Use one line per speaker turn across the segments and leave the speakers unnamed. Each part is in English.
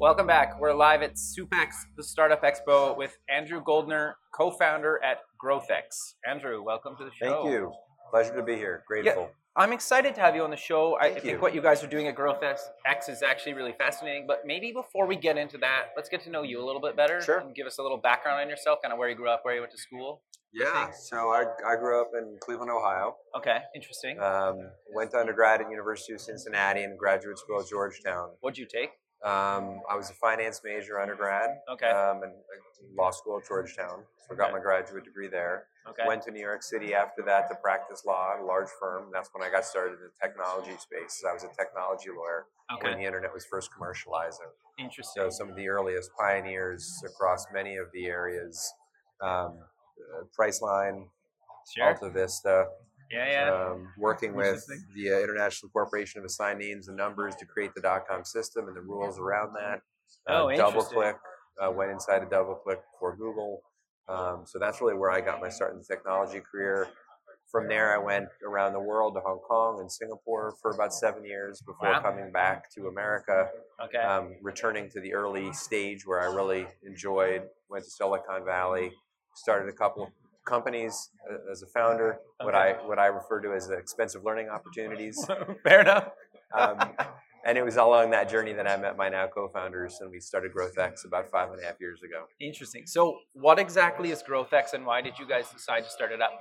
Welcome back. We're live at SUPEX, the Startup Expo, with Andrew Goldner, co founder at GrowthX. Andrew, welcome to the show.
Thank you. Pleasure to be here. Grateful.
I'm excited to have you on the show. I
Thank
think
you.
what you guys are doing at GrowthX X is actually really fascinating. But maybe before we get into that, let's get to know you a little bit better.
Sure.
And give us a little background on yourself, kind of where you grew up, where you went to school.
Yeah. So I, I grew up in Cleveland, Ohio.
Okay, interesting.
Um, went to undergrad at University of Cincinnati and graduate school at Georgetown.
What'd you take?
Um, I was a finance major undergrad
Okay,
um, and law school at Georgetown. So I got
Okay.
my graduate degree there.
okay.
Went to New York City after that to practice law at a large firm. That's when I got started in the technology space. I was a technology lawyer when
okay,
the internet was first commercializing.
interesting.
So some of the earliest pioneers across many of the areas, um, uh, Priceline,
Sure.
Alta Vista,
Yeah, yeah.
um, working with
Interesting.
the uh, International Corporation of Assigned Names and Numbers to create the dot-com system and the rules around that.
Oh, interesting.
DoubleClick uh, went inside of DoubleClick for Google. Um, so that's really where I got my start in the technology career. From there, I went around the world to Hong Kong and Singapore for about seven years before
Wow.
coming back to America
Okay.
um, returning to the early stage where I really enjoyed. Went to Silicon Valley, started a couple of companies uh, as a founder. What I what I refer to as the expensive learning opportunities.
Fair enough.
Um, and it was along that journey that I met my now co-founders, and we started GrowthX about five and a half years ago.
Interesting. So, what exactly is GrowthX, and why did you guys decide to start it up?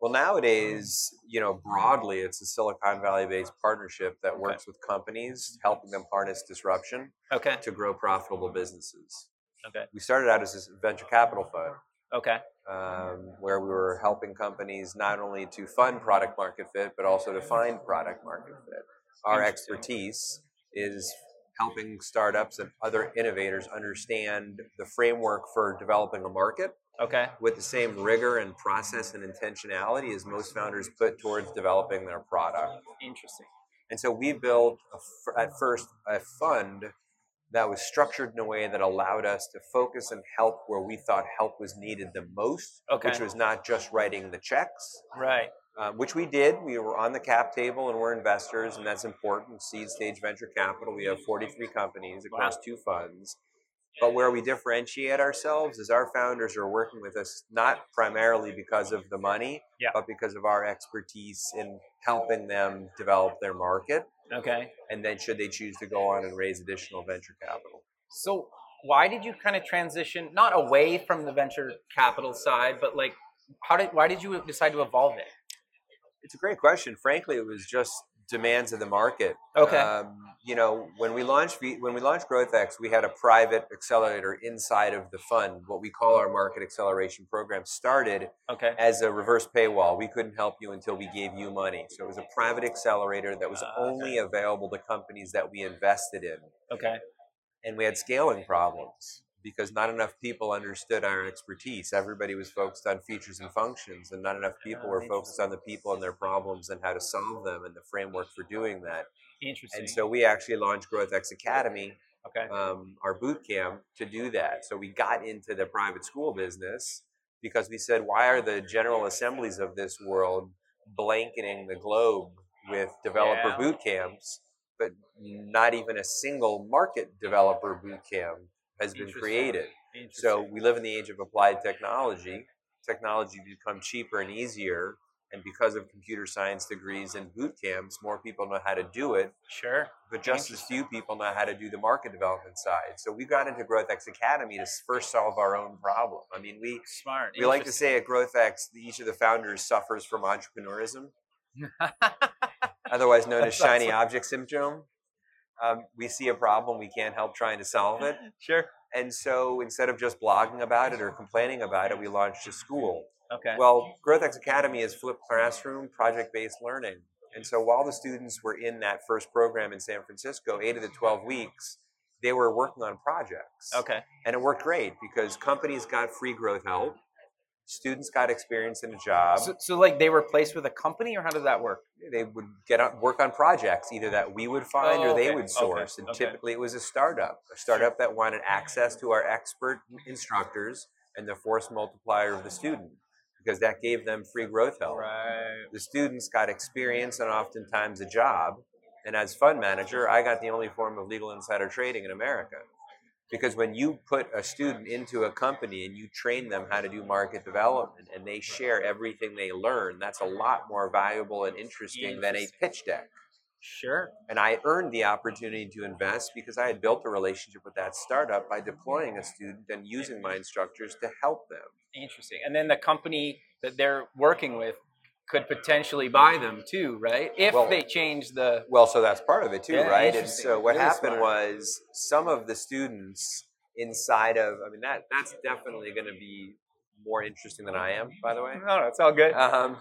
Well, nowadays, you know, broadly, it's a Silicon Valley-based partnership that works with companies, helping them harness disruption
Okay.
to grow profitable businesses.
Okay.
We started out as a venture capital fund.
Okay.
um, where we were helping companies not only to fund product market fit, but also to find product market fit. Our
Interesting.
expertise is helping startups and other innovators understand the framework for developing a market
Okay.
with the same rigor and process and intentionality as most founders put towards developing their product.
Interesting.
And so we built a f at first a fund that was structured in a way that allowed us to focus and help where we thought help was needed the most, which
Okay.
was not just writing the checks,
Right.
um, which we did. We were on the cap table and we're investors, and that's important. Seed stage venture capital. We have 43 companies across two funds. But where we differentiate ourselves is our founders are working with us not primarily because of the money,
Yeah.
but because of our expertise in helping them develop their market
Okay.
and then should they choose to go on and raise additional venture capital?
So, why did you kind of transition not away from the venture capital side, but like, how did why did you decide to evolve it?
It's a great question. Frankly, it was just demands of the market.
Okay.
Um, you know, when we launched V- when we launched GrowthX, we had a private accelerator inside of the fund. What we call our market acceleration program started
Okay.
as a reverse paywall. We couldn't help you until we gave you money. So it was a private accelerator that was
Ah, okay.
only available to companies that we invested in.
Okay.
and we had scaling problems because not enough people understood our expertise. Everybody was focused on features and functions, and not enough people
Ah,
were focused on the people and their problems and how to solve them and the framework for doing that.
Interesting.
And so we actually launched GrowthX Academy,
okay.
um, our boot camp, to do that. So we got into the private school business because we said, why are the general assemblies of this world blanketing the globe with developer
Yeah.
boot camps, but not even a single market developer boot camp has been
Interesting.
created?
Interesting.
So we live in the age of applied technology. Technology become cheaper and easier, and because of computer science degrees and boot camps, more people know how to do it
sure.
but just as few people know how to do the market development side. So we got into GrowthX Academy to first solve our own problem. I mean, we
Smart.
we like to say at GrowthX, the- each of the founders suffers from entrepreneurism, otherwise known
That's
as shiny
awesome.
object syndrome. Um, we see a problem, we can't help trying to solve it.
sure.
And so instead of just blogging about it or complaining about it, we launched a school.
Okay.
Well, GrowthX Academy is flipped classroom, project based learning. And so while the students were in that first program in San Francisco, eight of the 12 weeks, they were working on projects.
Okay.
And it worked great because companies got free growth help, students got experience in a job.
So, so like they were placed with a company, or how did that work?
they would get up, work on projects either that we would find
Oh,
or they
okay,
would
okay,
source. And
okay.
typically it was a startup, a startup that wanted access to our expert instructors and the force multiplier of the student because that gave them free growth help.
Right.
The students got experience and oftentimes a job. And as fund manager, I got the only form of legal insider trading in America. Because when you put a student into a company and you train them how to do market development and they share everything they learn, that's a lot more valuable and interesting than a pitch deck
Sure.
and I earned the opportunity to invest because I had built a relationship with that startup by deploying a student and using my instructors to help them.
Interesting. And then the company that they're working with could potentially buy them too, right? If
Well-
they change the
Well, so that's part of it too,
Yeah,
right? And
interesting.
so what
Really
happened
smart.
was some of the students inside of I mean that that's definitely going to be more interesting than I am, by the way.
no, it's all good.
Um,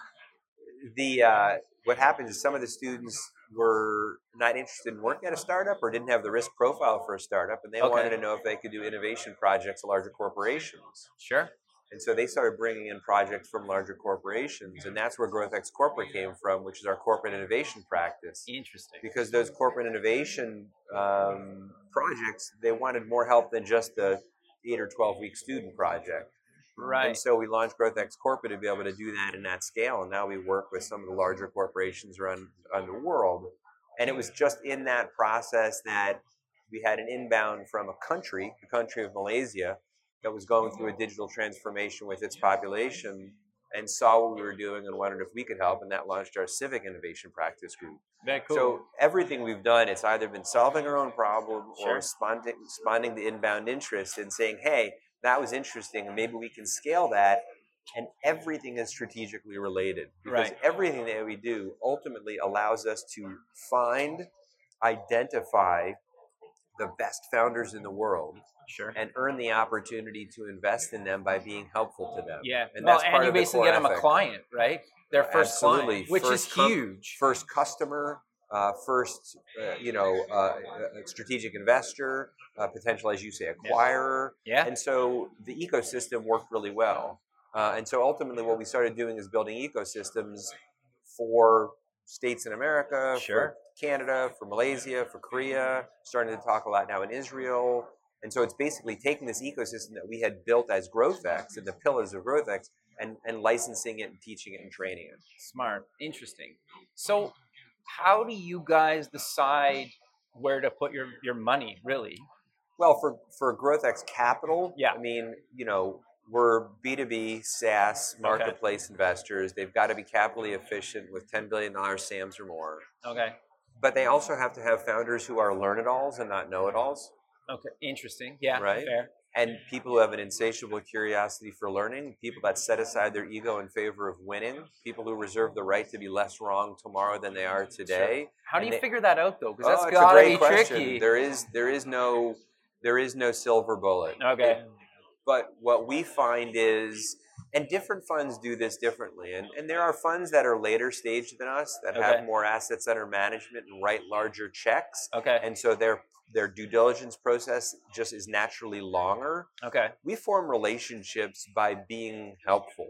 the uh, what happens is some of the students were not interested in working at a startup or didn't have the risk profile for a startup, and they
Okay.
wanted to know if they could do innovation projects at larger corporations.
sure.
And so they started bringing in projects from larger corporations, and that's where GrowthX Corporate came from, which is our corporate innovation practice.
Interesting.
Because those corporate innovation um, projects, they wanted more help than just the eight or 12 week student project.
Right.
And so we launched GrowthX Corporate to be able to do that in that scale. And now we work with some of the larger corporations around, around the world. And it was just in that process that we had an inbound from a country, the country of Malaysia, that was going through a digital transformation with its population and saw what we were doing and wondered if we could help. And that launched our civic innovation practice group.
Very cool.
So everything we've done, it's either been solving our own problem
Sure.
or responding, responding to inbound interest and saying, "Hey, that was interesting, and maybe we can scale that." And everything is strategically related because
Right.
everything that we do ultimately allows us to find, identify the best founders in the world
sure.
and earn the opportunity to invest in them by being helpful to them.
Yeah.
and
well,
that's
and
part
you
of the
basically
core
get them a
ethic.
client, right? Their first
Absolutely.
client, which is
First com-
huge.
first customer, uh, first uh, you know uh, uh, strategic investor, uh, potential as you say acquirer,
yeah.
and so the ecosystem worked really well. Uh, and so ultimately, what we started doing is building ecosystems for states in America,
Sure.
for Canada, for Malaysia, for Korea. Starting to talk a lot now in Israel. And so it's basically taking this ecosystem that we had built as GrowthX and the pillars of GrowthX and, and licensing it and teaching it and training it.
Smart. Interesting. So, how do you guys decide where to put your, your money, really?
Well, for for Growth X Capital,
Yeah.
I mean, you know, we're B two B SaaS marketplace investors. They've got to be capitally efficient with ten billion dollars SAMs or more,
Okay.
but they also have to have founders who are learn it alls and not know it alls,
Okay. Interesting. Yeah.
Right.
Fair.
and people who have an insatiable curiosity for learning, people that set aside their ego in favor of winning, people who reserve the right to be less wrong tomorrow than they are today.
How do
And
you
they-
figure that out, though? Because
Oh,
that's
it's a
got to
great
be
question.
tricky.
There is there is no there is no silver bullet.
Okay.
But what we find is, and different funds do this differently, and, and there are funds that are later stage than us that
Okay.
have more assets under management and write larger checks,
Okay.
and so their their due diligence process just is naturally longer.
Okay.
We form relationships by being helpful,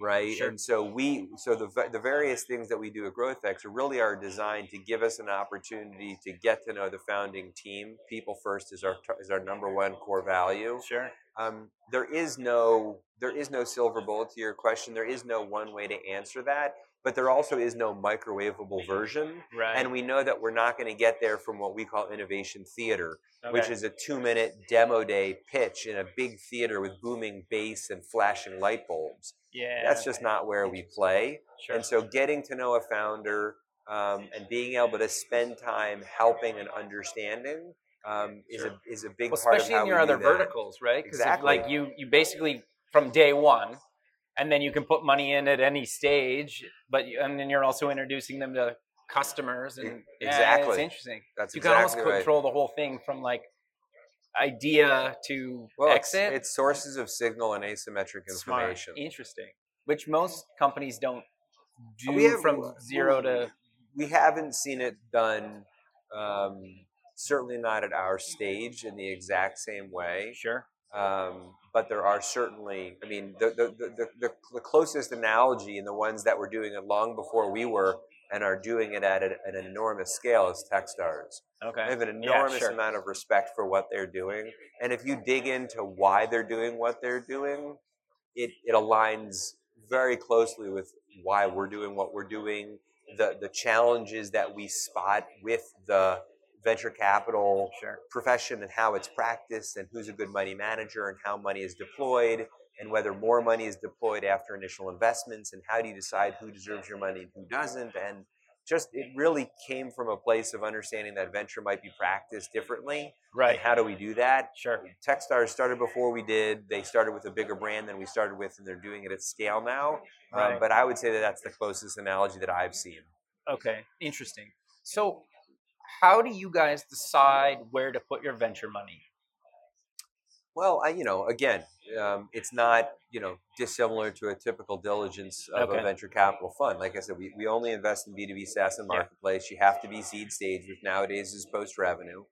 right?
Sure.
And so we so the va- the various things that we do at GrowthX really are designed to give us an opportunity to get to know the founding team. People first is our is our number one core value
Sure.
um, there is no there is no silver bullet to your question. There is no one way to answer that, but there also is no microwavable version.
Right.
And we know that we're not going to get there from what we call innovation theater, which
Okay.
is a two-minute demo day pitch in a big theater with booming bass and flashing light bulbs.
yeah.
That's just not where we play.
sure.
And so getting to know a founder um, and being able to spend time helping and understanding um, is, a, is a big
Well,
part of
especially
how
in your
we
other
do that.
verticals, right? 'Cause if,
Exactly.
Like you, you basically from day one, and then you can put money in at any stage, but you, and then you're also introducing them to customers and
E-
Yeah, it's
exactly.
interesting.
That's
you can
exactly
almost
right.
control the whole thing from like idea to
Well, it's-
exit.
It's, sources of signal and asymmetric
Smart.
information.
interesting, which most companies don't do
We have-
from zero to
we haven't seen it done, um, certainly not at our stage in the exact same way.
Sure.
Um, but there are certainly, I mean, the, the, the, the, the closest analogy and the ones that were doing it long before we were and are doing it at a, an enormous scale is Techstars. I
Okay.
have an
Yeah,
enormous
sure.
amount of respect for what they're doing. And if you dig into why they're doing what they're doing, it, it aligns very closely with why we're doing what we're doing, the, the challenges that we spot with the venture capital
Sure.
profession and how it's practiced and who's a good money manager and how money is deployed and whether more money is deployed after initial investments and how do you decide who deserves your money and who doesn't and just it really came from a place of understanding that venture might be practiced differently
Right.
and how do we do that
Sure.
techstars started before we did they started with a bigger brand than we started with and they're doing it at scale now Um,
Right.
but i would say that that's the closest analogy that i've seen
Okay. Interesting. So, how do you guys decide where to put your venture money?
Well, I, you know, again, um, it's not you know dissimilar to a typical diligence of
Okay.
a venture capital fund. Like I said, we, we only invest in B two B SaaS and
Yeah.
marketplace. You have to be seed stage, which nowadays is post revenue.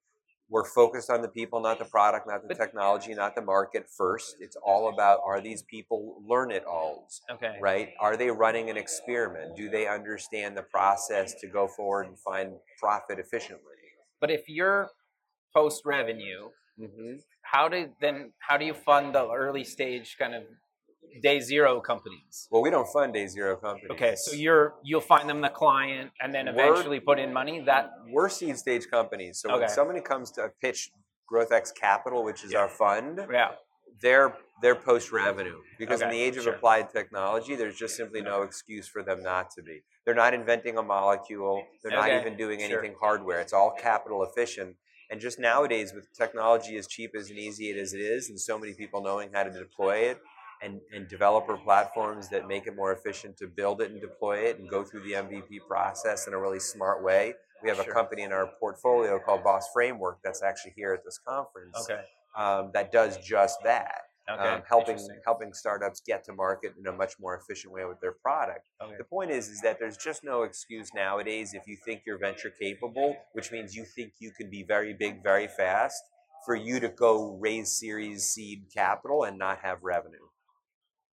We're focused on the people, not the product, not the
But-
technology, not the market first. It's all about are these people learn it alls,
Okay.
right? Are they running an experiment? Do they understand the process to go forward and find profit efficiently?
But if you're post revenue,
Mm-hmm.
how do then how do you fund the early stage kind of day zero companies?
Well, we don't fund day zero companies.
Okay, so you're you'll find them the client and then
Word-
eventually put in money. That
we're seed stage companies. So when
Okay.
somebody comes to pitch GrowthX Capital, which is our fund,
yeah.
they're they're post revenue because in
Okay,
the age of
sure.
applied technology, there's just simply no excuse for them not to be. They're not inventing a molecule. They're not
Okay,
even doing
sure.
anything hardware. It's all capital efficient. And just nowadays, with technology as cheap as and easy as it is, and so many people knowing how to deploy it, and, and developer platforms that make it more efficient to build it and deploy it and go through the MVP process in a really smart way. We have
Sure.
a company in our portfolio called Boss Framework that's actually here at this conference
Okay.
um, that does just that,
Okay.
um, helping
Interesting.
helping startups get to market in a much more efficient way with their product.
Okay.
The point is, is that there's just no excuse nowadays if you think you're venture capable, which means you think you can be very big very fast, for you to go raise Series seed capital and not have revenue.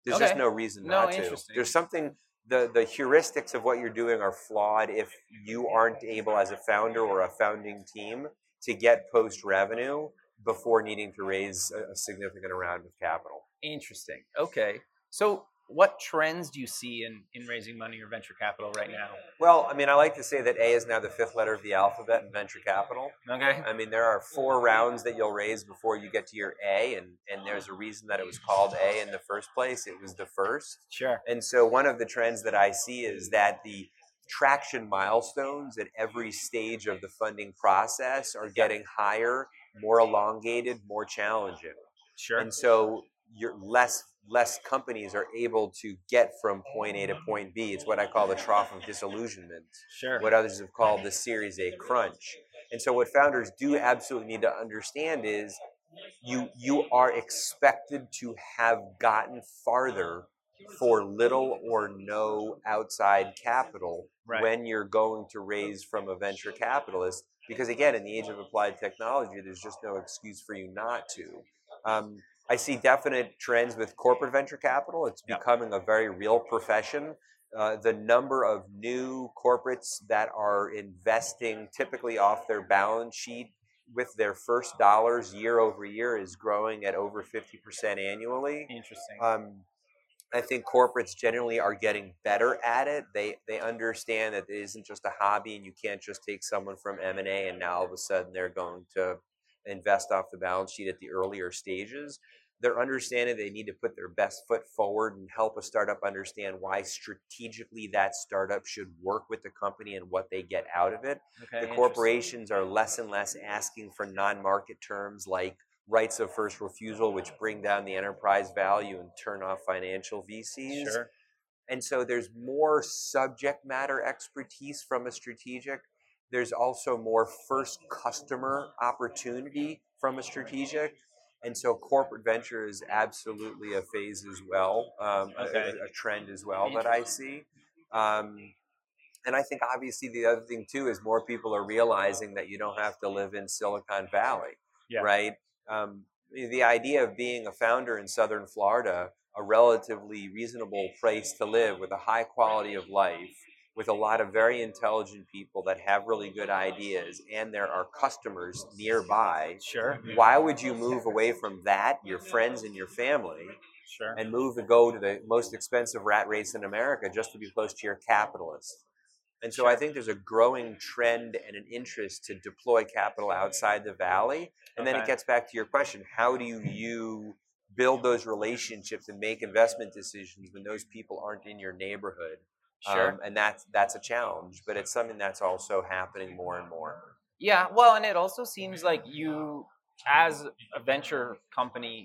There's just
Okay.
no reason
No,
not to.
interesting.
There's something. The, the heuristics of what you're doing are flawed if you aren't able as a founder or a founding team to get post revenue before needing to raise a, a significant amount of capital.
Interesting. Okay. So what trends do you see in, in raising money or venture capital right now?
Well, I mean, I like to say that A is now the fifth letter of the alphabet in venture capital.
Okay.
I mean, there are four rounds that you'll raise before you get to your A, and, and there's a reason that it was called A in the first place. It was the first.
Sure.
And so, one of the trends that I see is that the traction milestones at every stage of the funding process are getting higher, more elongated, more challenging.
Sure.
And so you're less less companies are able to get from point A to point B. It's what I call the trough of disillusionment,
sure.
what others have called the Series A crunch. And so what founders do absolutely need to understand is you you are expected to have gotten farther for little or no outside capital
Right.
when you're going to raise from a venture capitalist because again in the age of applied technology there's just no excuse for you not to um, i see definite trends with corporate venture capital it's
Yeah.
becoming a very real profession uh, the number of new corporates that are investing typically off their balance sheet with their first dollars year over year is growing at over 50% annually
Interesting.
um, I think corporates generally are getting better at it. They they understand that it isn't just a hobby, and you can't just take someone from M and A and now all of a sudden they're going to invest off the balance sheet at the earlier stages. They're understanding they need to put their best foot forward and help a startup understand why strategically that startup should work with the company and what they get out of
okay.
it the
interesting.
corporations are less and less asking for non-market terms like rights of first refusal which bring down the enterprise value and turn off financial VCs
Sure.
and so there's more subject matter expertise from a strategic there's also more first customer opportunity from a strategic and so corporate venture is absolutely a phase as well um, a- a-
Okay.
a, trend as well that i see um, And I think obviously the other thing too is more people are realizing that you don't have to live in Silicon Valley,
Yeah.
right? Um, the idea of being a founder in Southern Florida, a relatively reasonable place to live with a high quality of life, with a lot of very intelligent people that have really good ideas, and there are customers nearby.
Sure. mm-hmm,
Why would you move away from that, your friends and your family,
Sure.
and move and go to the most expensive rat race in America just to be close to your capitalist. And so I think there's a growing trend and an interest to deploy capital outside the valley. And then
Okay.
it gets back to your question how do you build those relationships and make investment decisions when those people aren't in your neighborhood?
Sure.
Um, and that's, that's a challenge, but it's something that's also happening more and more.
Yeah, well, and it also seems like you, as a venture company,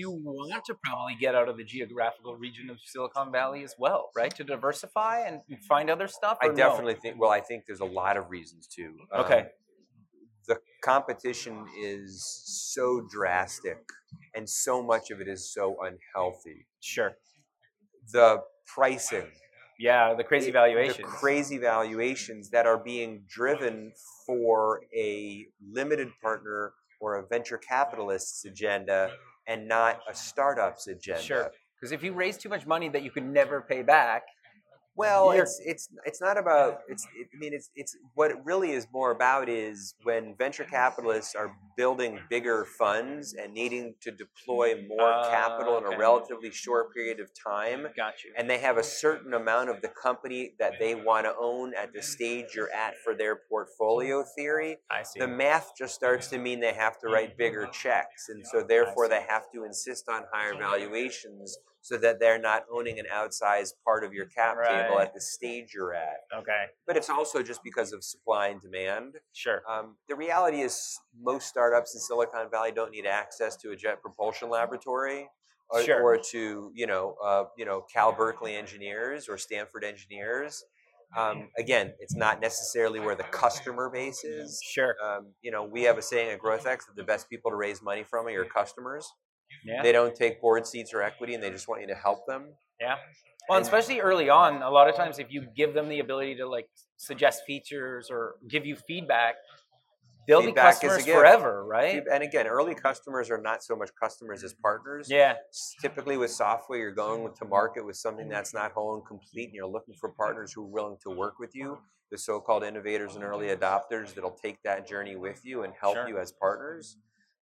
you want to probably get out of the geographical region of Silicon Valley as well, right? To diversify and find other stuff.
I
or no?
definitely think, well, I think there's a lot of reasons to. Um,
Okay.
the competition is so drastic and so much of it is so unhealthy.
Sure.
The pricing,
Yeah, the crazy
the
valuation.
crazy valuations that are being driven for a limited partner or a venture capitalist's agenda and not a startup's agenda.
Sure. Because if you raise too much money that you can never pay back,
Well,
You're-
it's it's it's not about it's. It, I mean, it's it's what it really is more about is when venture capitalists are building bigger funds and needing to deploy more
Ah,
capital in
okay.
a relatively short period of time,
got you.
and they have a certain amount of the company that they want to own at the stage you're at for their portfolio theory.
I see.
The math just starts to mean they have to write bigger checks, and so therefore they have to insist on higher valuations so that they're not owning an outsized part of your cap table
Right.
at the stage you're at.
okay.
But it's also just because of supply and demand.
Sure.
Um, the reality is, most startups in Silicon Valley don't need access to a jet propulsion laboratory. Or,
Sure.
or to you know uh, you know Cal Berkeley engineers or Stanford engineers. Um,
Mm-hmm.
again, it's not necessarily where the customer base is
Sure.
um, you know, we have a saying at GrowthX that the best people to raise money from are your customers.
Yeah.
They don't take board seats or equity, and they just want you to help them.
Well, and especially early on, a lot of times if you give them the ability to like suggest features or give you feedback, they'll
Feedback is
be
a
customers
gift.
forever, right?
And again, early customers are not so much customers as partners.
Yeah,
Typically, with software, you're going to market with something that's not whole and complete, and you're looking for partners who are willing to work with you, the so called innovators and early adopters that'll take that journey with you and help
Sure.
you as partners.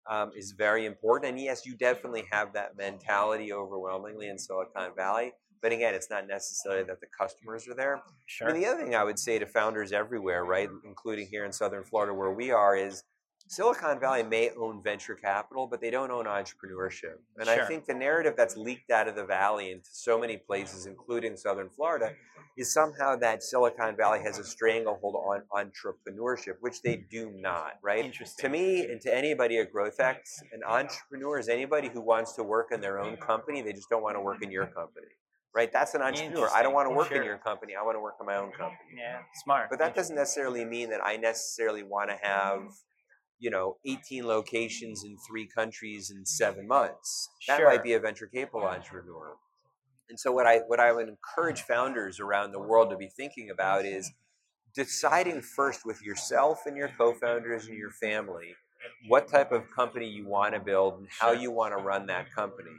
Um, is very important. And yes, you definitely have that mentality overwhelmingly in Silicon Valley. But again, it's not necessarily that the customers are there. I
sure.
mean, the other thing I would say to founders everywhere, right, including here in Southern Florida where we are, is Silicon Valley may own venture capital, but they don't own entrepreneurship. And
Sure.
I think the narrative that's leaked out of the valley into so many places, including Southern Florida, is somehow that Silicon Valley has a stranglehold on entrepreneurship, which they do not, right?
Interesting.
To me and to anybody at GrowthX, an entrepreneur is anybody who wants to work in their own company. They just don't want to work in your company, right? That's an entrepreneur. I
Interesting.
don't want to work
Sure.
in your company. I want to work in my own company.
yeah, smart.
But that doesn't necessarily mean that I necessarily want to have, you know, 18 locations in three countries in seven months. That
Sure.
might be a venture capital entrepreneur. And so what I what I would encourage founders around the world to be thinking about is deciding first with yourself and your co-founders and your family what type of company you want to build and how you want to run that company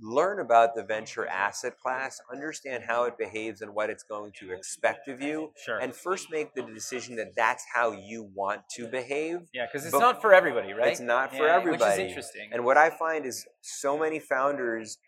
learn about the venture asset class, understand how it behaves and what it's going to expect of you,
sure.
and first make the decision that that's how you want to behave.
yeah, because it's
but-
not for everybody, right?
It's not for
Yeah, Which is
everybody.
interesting.
And what I find is so many founders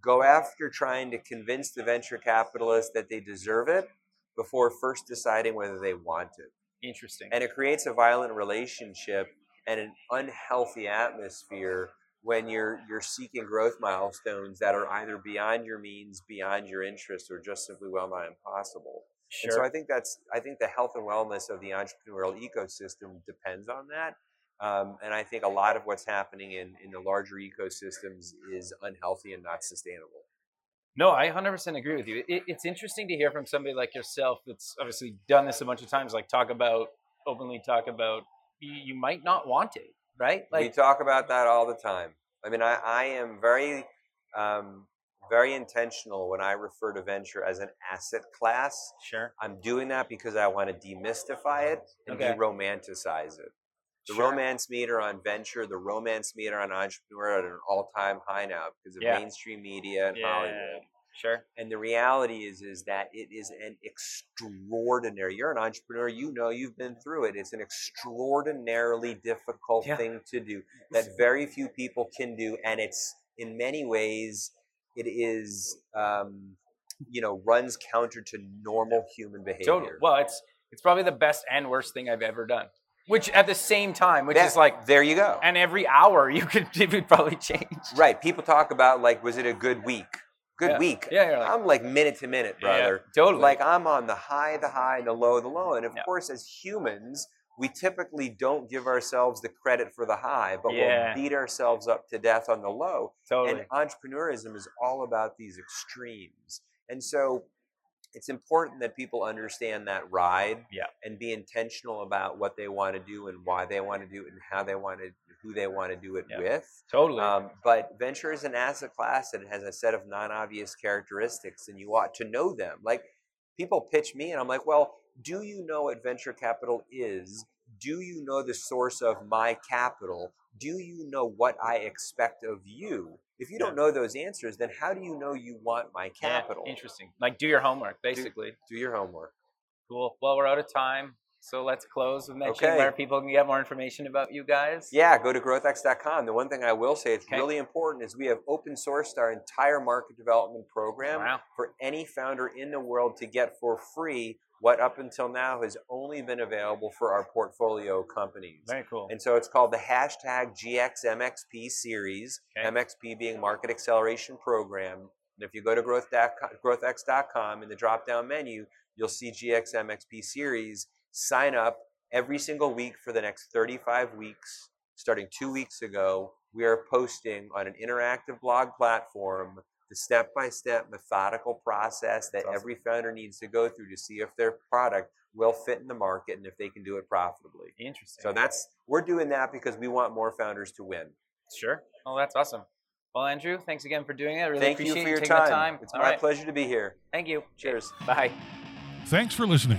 go after trying to convince the venture capitalist that they deserve it before first deciding whether they want it.
interesting.
And it creates a violent relationship and an unhealthy atmosphere when you're you're seeking growth milestones that are either beyond your means, beyond your interests, or just simply well nigh impossible.
sure.
And so I think that's I think the health and wellness of the entrepreneurial ecosystem depends on that. Um, and I think a lot of what's happening in, in the larger ecosystems is unhealthy and not sustainable.
No, I 100% agree with you. It, it's interesting to hear from somebody like yourself that's obviously done this a bunch of times, like talk about, openly talk about, you, you might not want it, right?
we
Like,
talk about that all the time. I mean, I, I am very um, very intentional when I refer to venture as an asset class.
Sure.
I'm doing that because I want to demystify it and
Okay.
de-romanticize it. The
Sure.
romance meter on venture, the romance meter on entrepreneur are at an all-time high now because of
Yeah.
mainstream media and
Yeah.
Hollywood.
Sure.
And the reality is, is that it is an extraordinary. You're an entrepreneur, you know, you've been through it. It's an extraordinarily difficult
Yeah.
thing to do that very few people can do, and it's in many ways, it is, um, you know, runs counter to normal human behavior.
Totally. Well, it's it's probably the best and worst thing I've ever done. Which at the same time, which
That-
is like,
there you go.
and every hour you could it would probably change.
right? People talk about like, was it a good week? Good week.
Yeah, you're like,
I'm like minute to minute,
Yeah, yeah.
brother.
totally.
Like I'm on the high, the high, and the low, the low. And of
Yeah.
course, as humans, we typically don't give ourselves the credit for the high, but
Yeah.
we'll beat ourselves up to death on the low.
totally.
And entrepreneurism is all about these extremes. And so it's important that people understand that ride
Yeah.
and be intentional about what they want to do and why they want to do it and how they want to, who they want to do it
Yeah.
with.
totally.
Um, but venture is an asset class that has a set of non-obvious characteristics, and you ought to know them. Like people pitch me, and I'm like, "Well, do you know what venture capital is? Do you know the source of my capital? Do you know what I expect of you? If you don't know those answers, then how do you know you want my
Yeah,
capital?
interesting. Like do your homework, basically.
do your homework.
Cool. Well, we're out of time. So let's close with mentioning
Okay.
where people can get more information about you guys.
Yeah, go to growthx.com. The one thing I will say, it's
Okay.
really important, is we have open sourced our entire market development program.
Wow.
for any founder in the world to get for free what up until now has only been available for our portfolio companies.
Very cool.
And so it's called the hashtag GXMXP series,
Okay.
MXP being Market Acceleration Program. And if you go to growth dot co- growthx.com in the drop down menu, you'll see GXMXP series. Sign up every single week for the next 35 weeks. Starting two weeks ago, we are posting on an interactive blog platform the step by step methodical process that
That's awesome.
every founder needs to go through to see if their product will fit in the market and if they can do it profitably.
Interesting.
So that's we're doing that because we want more founders to win.
sure. Well, that's awesome. Well, Andrew, thanks again for doing it. I really
Thank you
appreciate
for your
taking
time.
the time.
It's
All
my
right.
pleasure to be here.
Thank you.
Cheers.
Bye.
Thanks for listening.